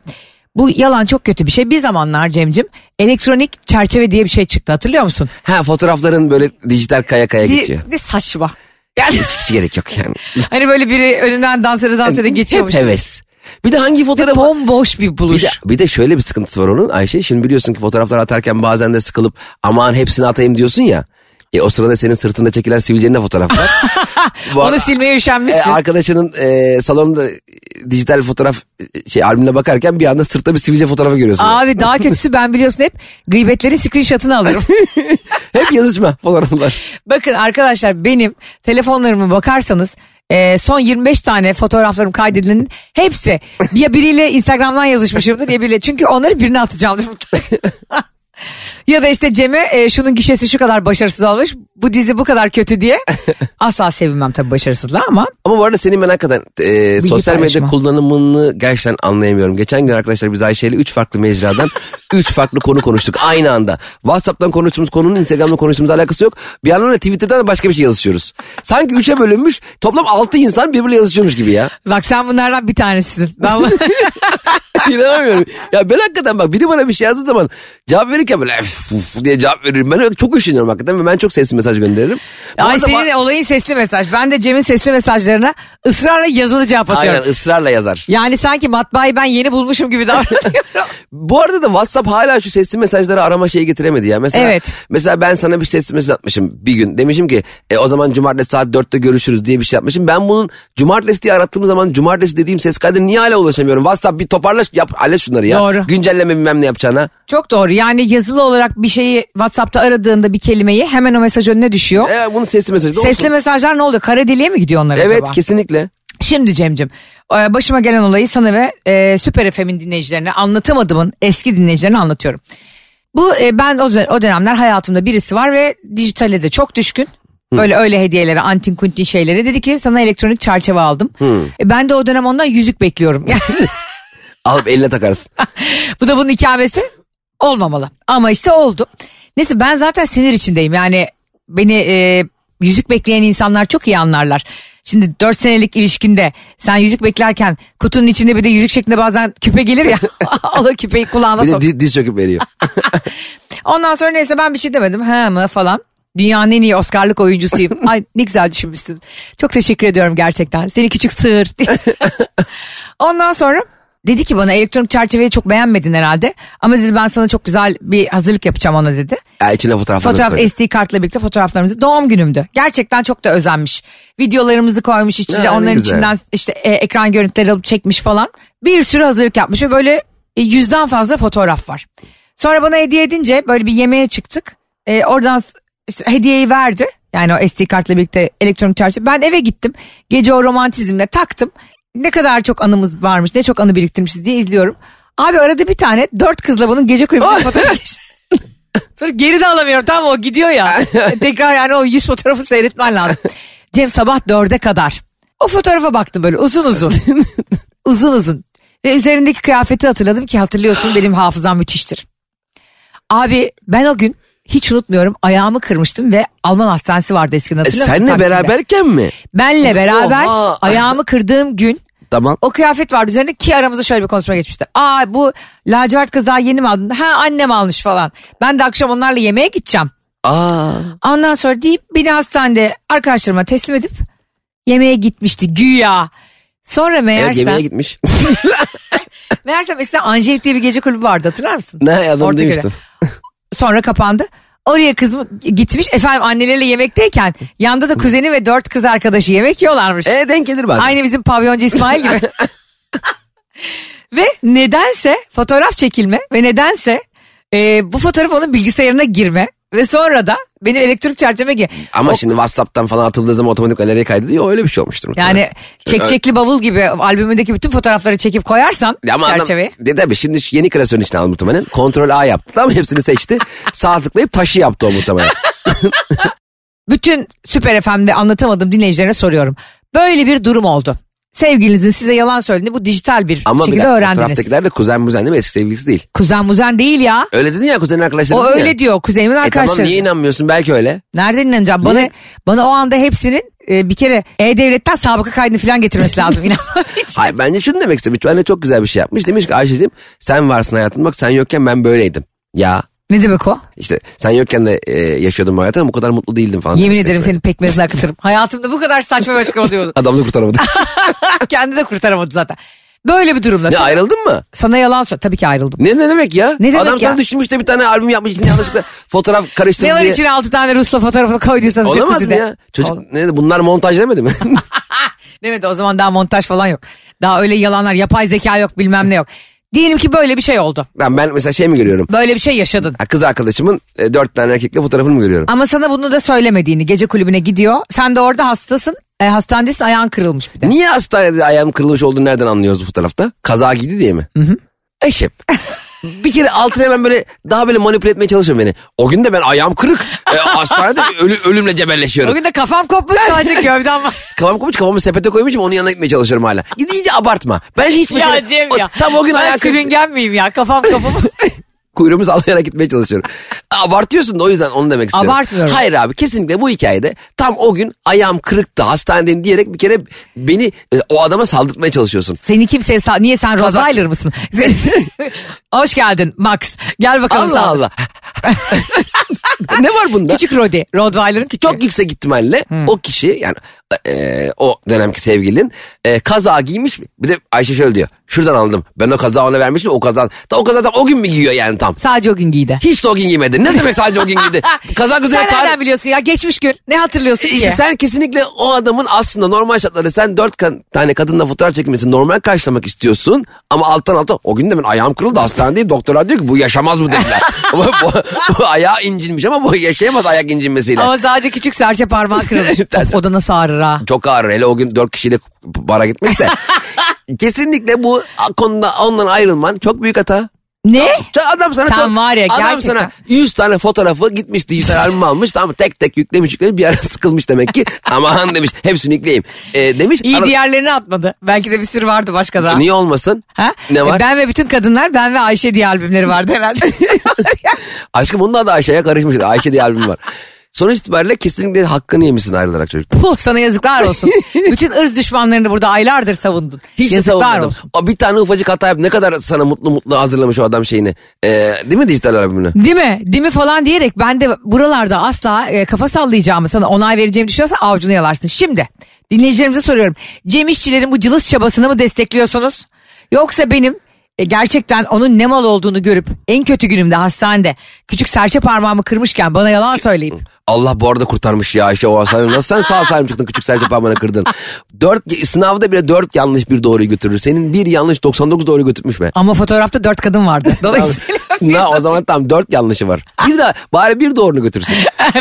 Bu yalan çok kötü bir şey. Bir zamanlar Cem'cim elektronik çerçeve diye bir şey çıktı hatırlıyor musun?
Ha fotoğrafların böyle dijital kaya kaya geçiyor.
Ne saçma.
Yani hiç, hiç gerek yok yani.
Hani böyle biri önünden dans ede dans ede geçiyormuş.
Hep heves. Bir de hangi fotoğrafı
Bomboş bir buluş.
Bir de, bir de şöyle bir sıkıntısı var onun Ayşe. Şimdi biliyorsun ki fotoğraflar atarken bazen de sıkılıp aman hepsini atayım diyorsun ya. E, o sırada senin sırtında çekilen sivilcenin de fotoğraf var. Bu
Onu silmeye
e,
üşenmişsin.
arkadaşının e, salonunda e, dijital fotoğraf e, şey albümüne bakarken bir anda sırtta bir sivilce fotoğrafı görüyorsun.
Abi daha kötüsü ben biliyorsun hep gıybetlerin screenshot'ını alırım.
Hep yazışma fotoğraflar.
Bakın arkadaşlar benim telefonlarıma bakarsanız e, son 25 tane fotoğraflarım kaydedilenin hepsi ya biriyle Instagram'dan yazışmışımdır ya biriyle. Çünkü onları birine atacağımdır mutlaka. ya da işte Cem'e e, şunun gişesi şu kadar başarısız olmuş bu dizi bu kadar kötü diye asla sevinmem tabii başarısızlığa ama
Ama bu arada senin ben hakikaten e, sosyal medya
paylaşma.
kullanımını gerçekten anlayamıyorum. Geçen gün arkadaşlar biz Ayşe ile 3 farklı mecradan 3 farklı konu konuştuk aynı anda. Whatsapp'tan konuştuğumuz konunun Instagram'da konuştuğumuz alakası yok. Bir yandan da Twitter'dan da başka bir şey yazışıyoruz. Sanki 3'e bölünmüş toplam 6 insan birbiriyle yazışıyormuş gibi ya.
bak sen bunlardan bir tanesisin. Ben bu-
İnanamıyorum. Ya ben hakikaten bak biri bana bir şey yazdığı zaman cevap verirken böyle "Ef, uf" diye cevap veririm. Ben çok üşeniyorum hakikaten ve ben çok sesli mesaj gönderirim. Bu
Ay
arada
senin
ba-
olayın sesli mesaj. Ben de Cem'in sesli mesajlarına ısrarla yazılı cevap atıyorum.
Aynen ısrarla yazar.
Yani sanki matbaayı ben yeni bulmuşum gibi davranıyorum.
Bu arada da WhatsApp hala şu sesli mesajları arama şeyi getiremedi ya. Mesela,
Evet.
Mesela ben sana bir sesli mesaj atmışım bir gün. Demişim ki e, o zaman cumartesi saat 4'te görüşürüz diye bir şey yapmışım. Ben bunun cumartesi diye arattığım zaman cumartesi dediğim ses kaydına niye hala ulaşamıyorum? WhatsApp bir toparla yap, hallet şunları ya.
Doğru.
Güncelleme bilmem ne yapacağına.
Çok doğru. Yani yazılı olarak bir şeyi WhatsApp'ta aradığında bir kelimeyi hemen o mesaj önüne düşüyor.
E, bunun sesli mesajı da
Sesli
olsun.
mesajlar ne oluyor? Kara deliğe mi gidiyor onlar
Evet
acaba?
kesinlikle.
Şimdi Cem'cim e, başıma gelen olayı sana ve e, Süper FM'in dinleyicilerine anlatamadığımın eski dinleyicilerine anlatıyorum. Bu e, ben o, dön- o dönemler hayatımda birisi var ve dijitale de çok düşkün. Böyle öyle hediyelere antin kuntin şeylere dedi ki sana elektronik çerçeve aldım. E, ben de o dönem ondan yüzük bekliyorum.
Alıp eline takarsın.
Bu da bunun ikamesi olmamalı. Ama işte oldu. Neyse ben zaten sinir içindeyim. Yani beni e, yüzük bekleyen insanlar çok iyi anlarlar. Şimdi 4 senelik ilişkinde sen yüzük beklerken kutunun içinde bir de yüzük şeklinde bazen küpe gelir ya. o da küpeyi kulağına
Bir
sok.
de diz, diz çöküp veriyor.
Ondan sonra neyse ben bir şey demedim. He mi falan. Dünyanın en iyi Oscar'lık oyuncusuyum. Ay ne güzel düşünmüşsün. Çok teşekkür ediyorum gerçekten. Seni küçük sığır. Ondan sonra dedi ki bana elektronik çerçeveyi çok beğenmedin herhalde. Ama dedi ben sana çok güzel bir hazırlık yapacağım ona dedi.
Ya içine E, fotoğraflarını
Fotoğraf
koy.
SD kartla birlikte fotoğraflarımızı doğum günümdü. Gerçekten çok da özenmiş. Videolarımızı koymuş içine
Ya, ne
onların
güzel.
içinden işte e, ekran görüntüleri alıp çekmiş falan. Bir sürü hazırlık yapmış ve böyle e, yüzden fazla fotoğraf var. Sonra bana hediye edince böyle bir yemeğe çıktık. E, oradan s- işte hediyeyi verdi. Yani o SD kartla birlikte elektronik çerçeve. Ben eve gittim. Gece o romantizmle taktım. Ne kadar çok anımız varmış, ne çok anı biriktirmişiz diye izliyorum. Abi arada bir tane dört kızla bunun gece kulübünde fotoğraf geçti. Sonra geri de alamıyorum tamam mı? o gidiyor ya. Tekrar yani o yüz fotoğrafı seyretmen lazım. Cem sabah dörde kadar. O fotoğrafa baktım böyle uzun uzun. uzun uzun. Ve üzerindeki kıyafeti hatırladım ki hatırlıyorsun benim hafızam müthiştir. Abi ben o gün hiç unutmuyorum ayağımı kırmıştım ve Alman hastanesi vardı eskiden
E,
hatırlıyor musun?
senle
Taksim'de?
beraberken mi?
Benle beraber
Oha.
ayağımı kırdığım gün
Tamam.
o kıyafet vardı üzerinde ki aramızda şöyle bir konuşma geçmişti. Aa bu lacivert kız daha yeni mi aldın? Ha annem almış falan. Ben de akşam onlarla yemeğe gideceğim.
Aa.
Ondan sonra deyip beni hastanede arkadaşlarıma teslim edip yemeğe gitmişti güya. Sonra
Evet
meğersem,
yemeğe gitmiş.
meğersem eskiden Angelik diye bir gece kulübü vardı hatırlar mısın?
ne adam
Ortaköy'de.
demiştim.
Sonra kapandı. Oraya kızım gitmiş efendim anneleriyle yemekteyken yanda da kuzeni ve dört kız arkadaşı yemek yiyorlarmış.
E denk gelir bak.
Aynı bizim pavyoncu İsmail gibi. ve nedense fotoğraf çekilme ve nedense e, bu fotoğraf onun bilgisayarına girme ve sonra da benim elektrik çerçeve gi-
Ama şimdi WhatsApp'tan falan atıldığı zaman otomatik galeriye kaydediyor. Öyle bir şey olmuştur. muhtemelen.
Yani çekçekli bavul gibi albümündeki bütün fotoğrafları çekip koyarsan
Ya ama adam-
çerçeveyi.
de tabii şimdi şu yeni klasörün içine aldı muhtemelen. Kontrol A yaptı tamam mı? hepsini seçti. Sağ tıklayıp taşı yaptı o muhtemelen.
Bütün Süper FM'de anlatamadığım dinleyicilerine soruyorum. Böyle bir durum oldu. Sevgilinizin size yalan söylediğini bu dijital bir
Ama bir
şekilde
dakika
öğrendiniz.
fotoğraftakiler de kuzen muzen değil mi? Eski sevgilisi değil.
Kuzen muzen değil ya.
Öyle dedin ya kuzenin arkadaşları
O
dedin ya.
öyle diyor kuzenimin
E
arkadaşları.
tamam niye inanmıyorsun belki öyle.
Nereden inanacağım? Bana
Niye?
bana o anda hepsinin e, bir kere E-Devlet'ten sabıka kaydını falan getirmesi lazım. İnan. Hiç.
Hayır bence şunu demek istemiş. Bence çok güzel bir şey yapmış. Demiş ki Ayşe'cim sen varsın hayatım bak sen yokken ben böyleydim. Ya
ne demek o?
işte sen yokken de e, yaşıyordum bu hayatı ama bu kadar mutlu değildim falan.
Yemin
demiş.
ederim senin pekmezini akıtırım. Hayatımda bu kadar saçma bir açıklama duymadım.
Adam da kurtaramadı.
Kendi de kurtaramadı zaten. Böyle bir durumda.
ne
Sana,
ayrıldın mı?
sana yalan söyle. Tabii ki ayrıldım.
Ne, ne demek ya?
Ne demek
Adam
ya?
sana düşünmüş de bir tane albüm yapmış içinde yanlışlıkla fotoğraf karıştırdı
Ne var
diye.
içine altı tane Rus'la fotoğrafını koyduysanız
Olamaz mı
jacuzzi'de?
ya? Çocuk
Ol-
ne dedi, bunlar montaj demedi mi?
Demedi o zaman daha montaj falan yok. Daha öyle yalanlar yapay zeka yok bilmem ne yok. Diyelim ki böyle bir şey oldu.
Lan ben mesela şey mi görüyorum?
Böyle bir şey yaşadın.
Ha, Kız arkadaşımın e, dört tane erkekle fotoğrafını mı görüyorum?
Ama sana bunu da söylemediğini gece kulübüne gidiyor. Sen de orada hastasın. E, hastanedesin ayağın kırılmış bir de.
Niye hastanede ayağım kırılmış olduğunu nereden anlıyoruz bu fotoğrafta? Kaza giydi diye mi? Hı hı. Eşep. Bir kere altına hemen böyle daha böyle manipüle etmeye çalışıyorum beni. O gün de ben ayağım kırık. E, hastanede ölü, ölümle cebelleşiyorum.
Bugün de kafam kopmuş sadece gövdem var.
Kafam kopmuş kafamı sepete koymuşum onun yanına gitmeye çalışıyorum hala. Gidince abartma. Ben hiç bir
ya
kere-
Cem
o-
ya.
tam o gün
ben
ayağı kırık.
sürüngen miyim ya kafam kafamı.
kuyruğumu sallayarak gitmeye çalışıyorum. Abartıyorsun da o yüzden onu demek istiyorum.
Abartmıyorum.
Hayır abi kesinlikle bu hikayede tam o gün ayağım kırıktı hastanedeyim diyerek bir kere beni e, o adama saldırtmaya çalışıyorsun.
Seni kimseye sa- niye sen
Kazak-
Rottweiler mısın? Hoş geldin Max. Gel bakalım
Allah
sağ
Allah. ne var bunda?
Küçük Hmm. Rodi. Rottweiler'ın küçüğü.
Çok yüksek ihtimalle o kişi yani e, o dönemki sevgilin e, kaza giymiş. Bir de Ayşe şöyle diyor. Şuradan aldım. Ben o kaza ona vermiştim. O kaza ta, o kaza tam o gün mü giyiyor yani tam?
Sadece o gün giydi.
Hiç de o gün giymedi. Ne demek sadece o gün giydi? Kaza güzel
Sen nereden biliyorsun ya? Geçmiş gün. Ne hatırlıyorsun ki?
İşte sen kesinlikle o adamın aslında normal şartlarda sen dört kan- tane kadınla fotoğraf çekmesini normal karşılamak istiyorsun. Ama alttan alta o gün de ben ayağım kırıldı hastanedeyim doktorlar diyor ki bu yaşamaz bu dediler. ama bu, bu ayağı incinmiş ama bu yaşayamaz ayak incinmesiyle.
Ama sadece küçük serçe parmağı kırılmış. of, o da nasıl ağrır ha?
Çok ağır hele o gün dört kişiyle bara gitmişse. kesinlikle bu konuda ondan ayrılman çok büyük hata.
Ne?
Sen adam sana
Sen
çok-
var ya,
adam
gerçekten.
sana 100 tane fotoğrafı gitmiş dijital albüm almış tamam mı? tek tek yüklemiş yüklemiş bir ara sıkılmış demek ki aman demiş hepsini yükleyeyim Ee, demiş
İyi
ara-
diğerlerini atmadı. Belki de bir sürü vardı başka daha.
E niye olmasın
Ha? E,
Ne var?
Ben ve bütün kadınlar Ben ve Ayşe diye albümleri vardı herhalde.
aşkım bunun da Ayşe'ye karışmış Ayşe diye albüm var sonuç itibariyle kesinlikle hakkını yemişsin ayrılarak çocuk
Puh sana yazıklar olsun. bütün ırz düşmanlarını burada aylardır savundun.
hiç de
yazıklar
savunmadım
olsun.
o bir tane ufacık hata yap ne kadar sana mutlu mutlu hazırlamış o adam şeyini Ee, değil mi dijital albümünü
Değil mi? Değil mi falan diyerek ben de buralarda asla e, kafa sallayacağımı sana onay vereceğimi düşünüyorsan avcunu yalarsın. Şimdi dinleyicilerimize soruyorum. Cem İşçilerin bu cılız çabasını mı destekliyorsunuz? Yoksa benim e, gerçekten onun ne mal olduğunu görüp en kötü günümde hastanede küçük serçe parmağımı kırmışken bana yalan söyleyip
Allah bu arada kurtarmış ya Ayşe o hasarı. Nasıl sen sağ salim çıktın küçük serçe parmağına kırdın. Dört, sınavda bile dört yanlış bir doğruyu götürür. Senin bir yanlış 99 doğru götürmüş be.
ama fotoğrafta dört kadın vardı. Dolayısıyla
Na, o zaman tam dört yanlışı var. Bir de bari bir doğrunu götürsün.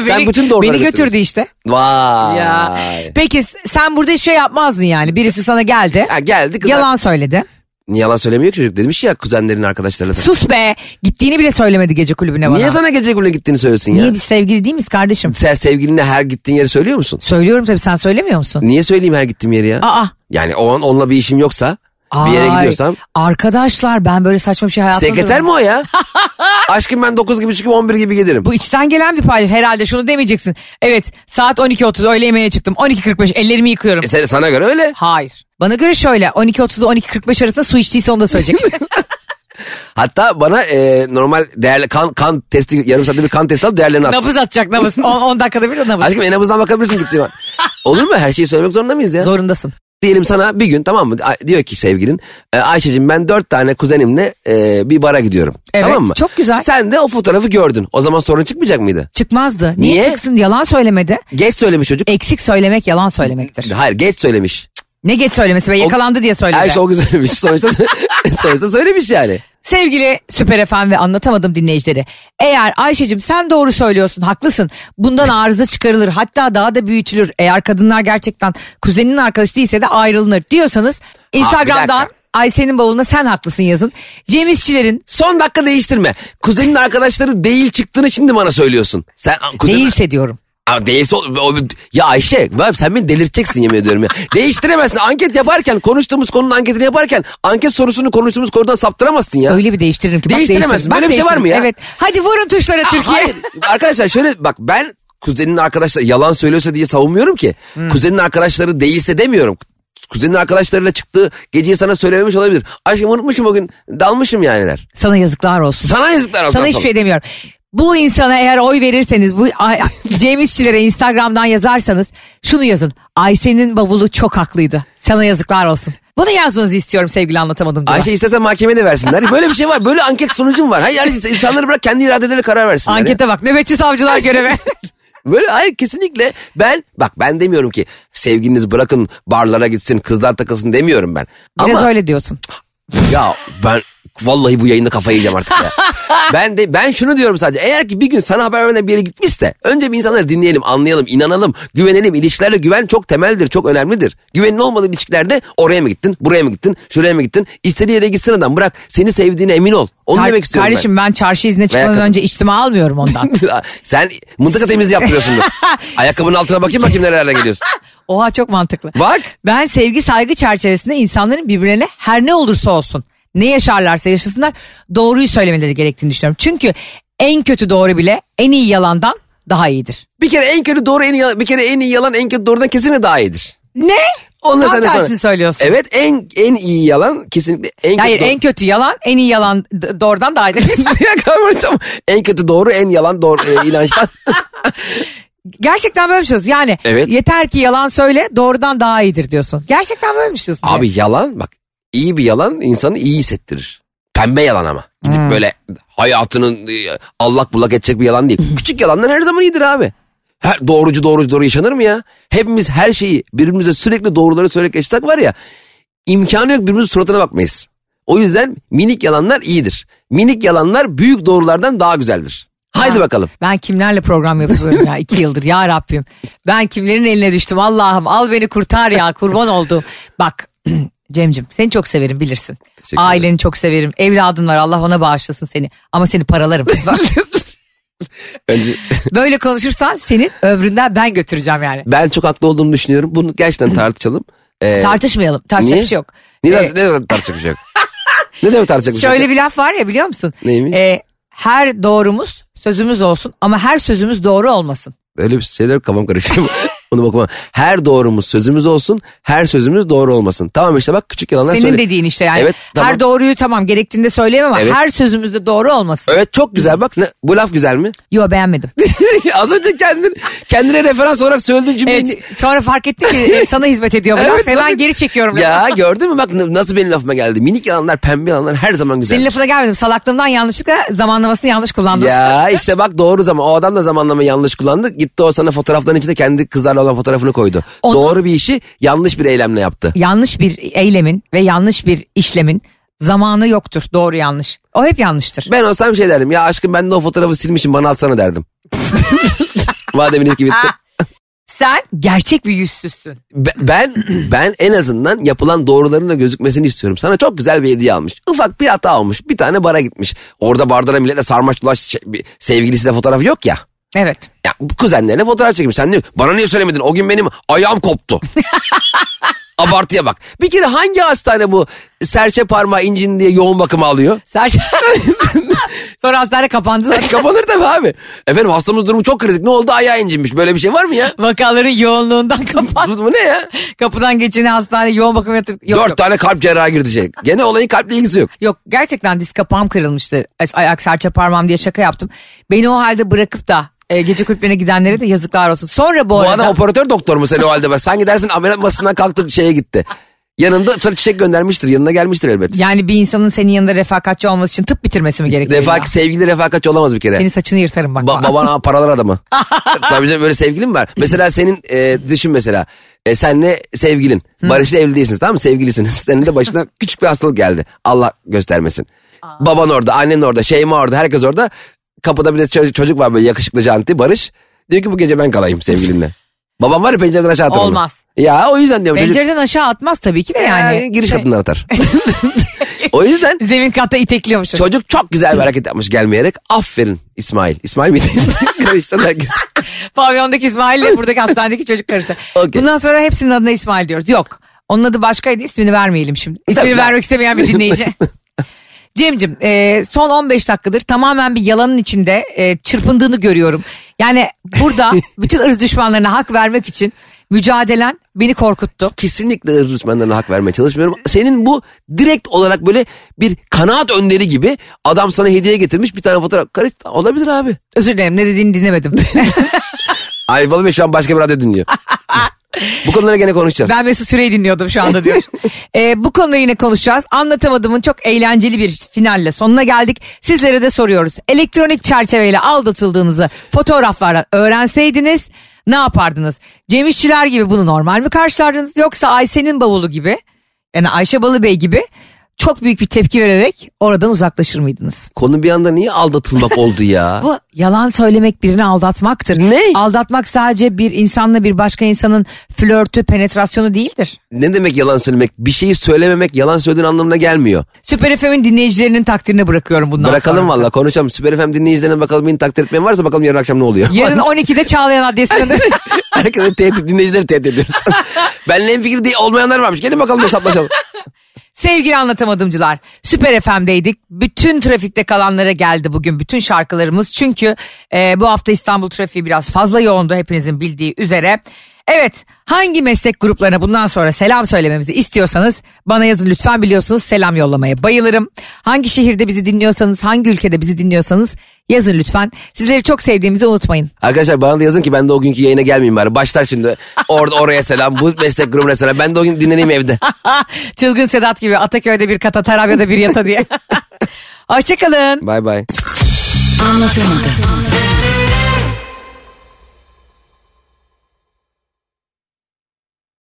sen bütün doğruları
beni götürdü
götürürsün.
işte.
Vay.
Ya. Peki s- sen burada hiçbir şey yapmazdın yani. Birisi sana geldi.
Ha, geldi kızlar.
Yalan söyledi.
Niye yalan söylemiyor ki çocuk demiş ya kuzenlerin arkadaşlarına.
Sus be. Gittiğini bile söylemedi gece kulübüne bana.
Niye sana gece kulübüne gittiğini söylesin ya?
Niye biz sevgili değil miyiz kardeşim?
Sen sevgiline her gittiğin yeri söylüyor musun?
Söylüyorum tabii sen söylemiyor musun?
Niye söyleyeyim her gittiğim yeri ya?
Aa.
Yani o an onunla bir işim yoksa bir yere
Ay,
gidiyorsam
Arkadaşlar ben böyle saçma bir şey hayatımda
Sekreter
duymadım.
mi o ya? Aşkım ben 9 gibi çıkıp 11 gibi gelirim.
Bu içten gelen bir paylaş. Herhalde şunu demeyeceksin. Evet saat 12.30 öğle yemeğe çıktım. 12.45 ellerimi yıkıyorum.
E sen- sana göre öyle.
Hayır. Bana göre şöyle 12.30'da 12.45 arasında su içtiyse onu da söyleyecek.
Hatta bana e, normal değerli kan, kan testi yarım saatte bir kan testi alıp değerlerini at.
nabız atacak nabız. 10 dakikada bir de nabız.
Aşkım en nabızdan bakabilirsin gittiğim an. Olur mu? Her şeyi söylemek zorunda mıyız ya?
Zorundasın.
Diyelim sana bir gün tamam mı? A- diyor ki sevgilin e, Ayşe'cim ben dört tane kuzenimle e, bir bara gidiyorum.
Evet,
tamam mı?
çok güzel.
Sen de o fotoğrafı gördün. O zaman sorun çıkmayacak mıydı?
Çıkmazdı. Niye,
Niye?
çıksın? Yalan söylemedi.
Geç söylemiş çocuk.
Eksik söylemek yalan söylemektir.
Hayır geç söylemiş.
Ne geç söylemesi be yakalandı diye söyledi.
Ayşe o gün söylemiş. Sonuçta, sonuçta söylemiş yani.
Sevgili Süper FM ve anlatamadım dinleyicileri. Eğer Ayşe'cim sen doğru söylüyorsun haklısın. Bundan arıza çıkarılır hatta daha da büyütülür. Eğer kadınlar gerçekten kuzeninin arkadaşı değilse de ayrılınır diyorsanız
bir
Instagram'dan
dakika.
Ayşe'nin bavuluna sen haklısın yazın. Cem İşçilerin
Son dakika değiştirme. Kuzenin arkadaşları değil çıktığını şimdi bana söylüyorsun. Sen kuzenin...
değilse diyorum.
Ama değilse... o- o- Ya Ayşe ben- sen beni delirteceksin yemin ediyorum ya. Değiştiremezsin. Anket yaparken konuştuğumuz konunun anketini yaparken anket sorusunu konuştuğumuz konudan saptıramazsın ya.
Öyle bir değiştiririm ki. Bak
Değiştiremezsin.
değiştiririm.
Böyle bir şey var mı ya?
değiştiririm. Evet. Hadi vurun tuşlara
Ha,
Türkiye.
Hayır. Arkadaşlar şöyle bak ben kuzenin arkadaşları yalan söylüyorsa diye savunmuyorum ki.
Hmm.
Kuzenin arkadaşları değilse demiyorum. Kuzenin arkadaşlarıyla çıktığı geceyi sana söylememiş olabilir. Aşkım unutmuşum o gün dalmışım yani der.
Sana yazıklar olsun.
Sana yazıklar olsun.
Sana hiçbir şey demiyorum. Bu insana eğer oy verirseniz bu ay- Cem İşçilere Instagram'dan yazarsanız şunu yazın. Ayşe'nin bavulu çok haklıydı. Sana yazıklar olsun. Bunu yazmanızı istiyorum sevgili anlatamadım diye.
Ayşe istesen mahkemede versinler. Böyle bir şey var. Böyle anket sonucum var. Hayır, hayır insanları bırak kendi iradeleriyle karar versinler. ya.
Ankete bak nöbetçi savcılar göreve.
Böyle hayır kesinlikle ben bak ben demiyorum ki sevgiliniz bırakın barlara gitsin kızlar takılsın demiyorum ben.
Biraz
Ama
öyle diyorsun.
ya ben vallahi bu yayında kafayı yiyeceğim artık ya. ben de ben şunu diyorum sadece eğer ki bir gün sana haber vermeden bir yere gitmişse önce bir insanları dinleyelim, anlayalım, inanalım, güvenelim. İlişkilerle güven çok temeldir, çok önemlidir. Güvenin olmadığı ilişkilerde oraya mı gittin, buraya mı gittin, şuraya mı gittin? İstediği yere gitsin adam bırak seni sevdiğine emin ol. Onu
Kar-
demek istiyorum ben.
Kardeşim ben. çarşı izne çıkmadan
kadın.
önce içtima almıyorum ondan.
Sen mıntıka temizliği yaptırıyorsundur. Ayakkabının altına bakayım bakayım nerelerden geliyorsun.
Oha çok mantıklı.
Bak.
Ben sevgi saygı çerçevesinde insanların birbirlerine her ne olursa olsun ne yaşarlarsa yaşasınlar doğruyu söylemeleri gerektiğini düşünüyorum. Çünkü en kötü doğru bile en iyi yalandan daha iyidir.
Bir kere en kötü doğru en iyi yalan, bir kere en iyi yalan en kötü doğrudan kesinlikle daha iyidir.
Ne?
Ondan
Tam
sen de sonra-
tersini söylüyorsun.
Evet en en iyi yalan kesinlikle en kötü
Hayır
doğru.
en kötü yalan en iyi yalan d- doğrudan daha iyidir. Biz-
Ya kavramcığım, en kötü doğru en yalan doğru e, inançtan.
Gerçekten böyle bir şey diyorsun. Yani
Evet.
yeter ki yalan söyle doğrudan daha iyidir diyorsun. Gerçekten böyle bir şey diyorsun.
Abi yalan bak iyi bir yalan insanı iyi hissettirir. Pembe yalan ama. Gidip
Hmm.
böyle hayatının e, allak bullak edecek bir yalan değil. Küçük yalanlar her zaman iyidir abi. Her doğrucu doğrucu doğru yaşanır mı ya? Hepimiz her şeyi birbirimize sürekli doğruları söyleyip geçsek var ya imkanı yok birbirimizin suratına bakmayız. O yüzden minik yalanlar iyidir. Minik yalanlar büyük doğrulardan daha güzeldir. Haydi
Ha.
bakalım.
Ben kimlerle program yapıyorum ya iki yıldır ya Rabbim. Ben kimlerin eline düştüm Allah'ım al beni kurtar ya kurban oldu. Bak Cemcim seni çok severim bilirsin.
ederim.
Aileni çok severim. Evladın var Allah ona bağışlasın seni. Ama seni paralarım.
Önce
Böyle konuşursan senin ömründen ben götüreceğim yani.
ben çok haklı olduğumu düşünüyorum. Bunu gerçekten tartışalım. Ee,
Tartışmayalım. Tartışacak
Niye?
bir şey yok.
Ne,
Ee,
ne demek tartışacak bir şey yok? ne demek tartışacak bir şey
Şöyle
yok?
bir laf var ya biliyor musun?
Neymiş?
Ee, her doğrumuz sözümüz olsun ama her sözümüz doğru olmasın.
Öyle bir şeyler yok, kafam karışıyor. Onu bakma. Her doğrumuz sözümüz olsun, her sözümüz doğru olmasın. Tamam işte bak küçük yalanlar
Senin
söyle.
dediğin işte yani.
Evet, tamam.
Her doğruyu tamam gerektiğinde söyleyemem ama
Evet.
her sözümüzde doğru olmasın.
Evet çok güzel bak ne, bu laf güzel mi?
Yo beğenmedim.
Az önce kendin, kendine referans olarak söylediğin cümleyi...
Evet, sonra fark ettim ki e, sana hizmet ediyor bu
Evet,
laf ve ben
tabii.
geri çekiyorum. lafı.
Ya gördün mü bak n- nasıl benim lafıma geldi. Minik yalanlar, pembe yalanlar her zaman güzel.
Senin lafına gelmedim. Salaklığımdan yanlışlıkla zamanlamasını yanlış kullandım.
Ya işte bak doğru zaman. O adam da zamanlamayı yanlış kullandı. Gitti o sana fotoğrafların içinde kendi kızlarla olan fotoğrafını koydu.
Onu-
Doğru bir işi yanlış bir eylemle yaptı.
Yanlış bir eylemin ve yanlış bir işlemin zamanı yoktur. Doğru yanlış. O hep yanlıştır.
Ben olsam şey derdim. Ya aşkım ben de o fotoğrafı silmişim bana atsana derdim. Madem ilişki bitti.
Sen gerçek bir yüzsüzsün.
Be- Ben ben en azından yapılan doğruların da gözükmesini istiyorum. Sana çok güzel bir hediye almış. Ufak bir hata almış. Bir tane bara gitmiş. Orada bardara milletle sarmaş dolaş şey, bir sevgilisiyle fotoğrafı yok ya.
Evet.
Ya bu kuzenlerine fotoğraf çekmiş. Sen diyor bana niye söylemedin? O gün benim ayağım koptu. Abartıya bak. Bir kere hangi hastane bu serçe parmağı incin diye yoğun bakıma alıyor?
Sen... sonra hastane kapandı. zaten.
Kapanır tabii abi. Efendim hastamız durumu çok kritik. Ne oldu? Ayağı incinmiş. Böyle bir şey var mı ya?
Vakaların yoğunluğundan kapan.
Bu, bu ne ya?
Kapıdan geçeni hastane yoğun bakım yatırıp. Yok,
Dört
yok.
tane kalp cerrahı girdi şey. Gene olayın kalple ilgisi yok.
Yok gerçekten diz kapağım kırılmıştı. Ay- Ayak serçe parmağım diye şaka yaptım. Beni o halde bırakıp da e, gece kulüplerine gidenlere de yazıklar olsun. Sonra bu,
Bu
arada
adam operatör doktor mu sen o halde? Bak, Sen gidersin ameliyat masasından kalktı şeye gitti. Yanında sonra çiçek göndermiştir. Yanına gelmiştir elbet.
yani bir insanın senin yanında refakatçi olması için tıp bitirmesi mi gerekiyor?
Refak,
ya?
sevgili refakatçi olamaz bir kere.
Senin saçını yırtarım bak.
Ba-
bana.
baban ha, paralar adamı. Tabii canım böyle sevgilin var. Mesela senin e, düşün mesela. E, senle sevgilin. Barış'la evli değilsiniz tamam mı? Sevgilisiniz. Senin de başına küçük bir hastalık geldi. Allah göstermesin. Baban orada, annen orada, Şeyma orada, herkes orada. Kapıda bir de ço- çocuk var böyle yakışıklı janti Barış. Diyor ki bu gece ben kalayım sevgilinle. Babam var ya pencereden aşağı atar onu.
Olmaz.
Ya o yüzden diyorum çocuk.
Pencereden aşağı atmaz tabii ki de yani.
Ya, giriş
Şey,
katından atar. o yüzden
Zemin katta itekliyormuş.
çocuk çok güzel bir hareket yapmış gelmeyerek. Aferin İsmail. İsmail miydi? Karıştı herkes.
Pavyondaki İsmail ile buradaki hastanedeki çocuk karısı.
Okey.
Bundan sonra hepsinin adına İsmail diyoruz. Yok. Onun adı başkaydı ismini vermeyelim şimdi. İsmini
Tabii.
vermek istemeyen bir dinleyici. Cem'cim e, son 15 dakikadır tamamen bir yalanın içinde e, çırpındığını görüyorum. Yani burada bütün ırz düşmanlarına hak vermek için mücadelen beni korkuttu.
kesinlikle ırz düşmanlarına hak vermeye çalışmıyorum. Senin bu direkt olarak böyle bir kanaat önderi gibi adam sana hediye getirmiş bir tane fotoğraf. Karış olabilir abi.
Özür dilerim ne dediğini dinlemedim.
Ay vallahi şu an başka bir radyo dinliyor. bu konulara gene konuşacağız.
Ben Mesut Süreyi dinliyordum şu anda diyor. Ee, bu konuda yine konuşacağız. Anlatamadığımın çok eğlenceli bir finalle sonuna geldik. Sizlere de soruyoruz. Elektronik çerçeveyle aldatıldığınızı fotoğraflarla öğrenseydiniz ne yapardınız? Cem İşçiler gibi bunu normal mi karşılardınız yoksa Ayşe'nin bavulu gibi yani Ayşe Balıbey gibi çok büyük bir tepki vererek oradan uzaklaşır mıydınız?
Konu bir anda niye aldatılmak oldu ya?
Bu yalan söylemek birini aldatmaktır.
Ne?
Aldatmak sadece bir insanla bir başka insanın flörtü, penetrasyonu değildir.
ne demek yalan söylemek? Bir şeyi söylememek yalan söylediğin anlamına gelmiyor.
Süper FM'in dinleyicilerinin takdirine bırakıyorum bundan
Bırakalım
sonra.
valla konuşalım. Süper FM dinleyicilerine bakalım beni takdir etmeyen varsa bakalım yarın akşam ne oluyor?
Yarın 12'de Çağlayan adresinde.
Herkese tehdit, dinleyicileri tehdit ediyoruz. Benle en fikir değil olmayanlar varmış. Gelin bakalım hesaplaşalım.
Sevgili anlatamadımcılar, Süper FM'deydik. Bütün trafikte kalanlara geldi bugün bütün şarkılarımız. Çünkü e, bu hafta İstanbul trafiği biraz fazla yoğundu hepinizin bildiği üzere. Evet, hangi meslek gruplarına bundan sonra selam söylememizi istiyorsanız bana yazın lütfen biliyorsunuz selam yollamaya bayılırım. Hangi şehirde bizi dinliyorsanız, hangi ülkede bizi dinliyorsanız yazın lütfen. Sizleri çok sevdiğimizi unutmayın.
Arkadaşlar bana da yazın ki ben de o günkü yayına gelmeyeyim bari. Başlar şimdi orada oraya selam bu meslek grubuna selam. Ben de o gün dinleneyim evde.
Çılgın Sedat gibi Ataköy'de bir kata, Tarabya'da bir yata diye. Hoşçakalın.
Bay bay.
Anlatamadım.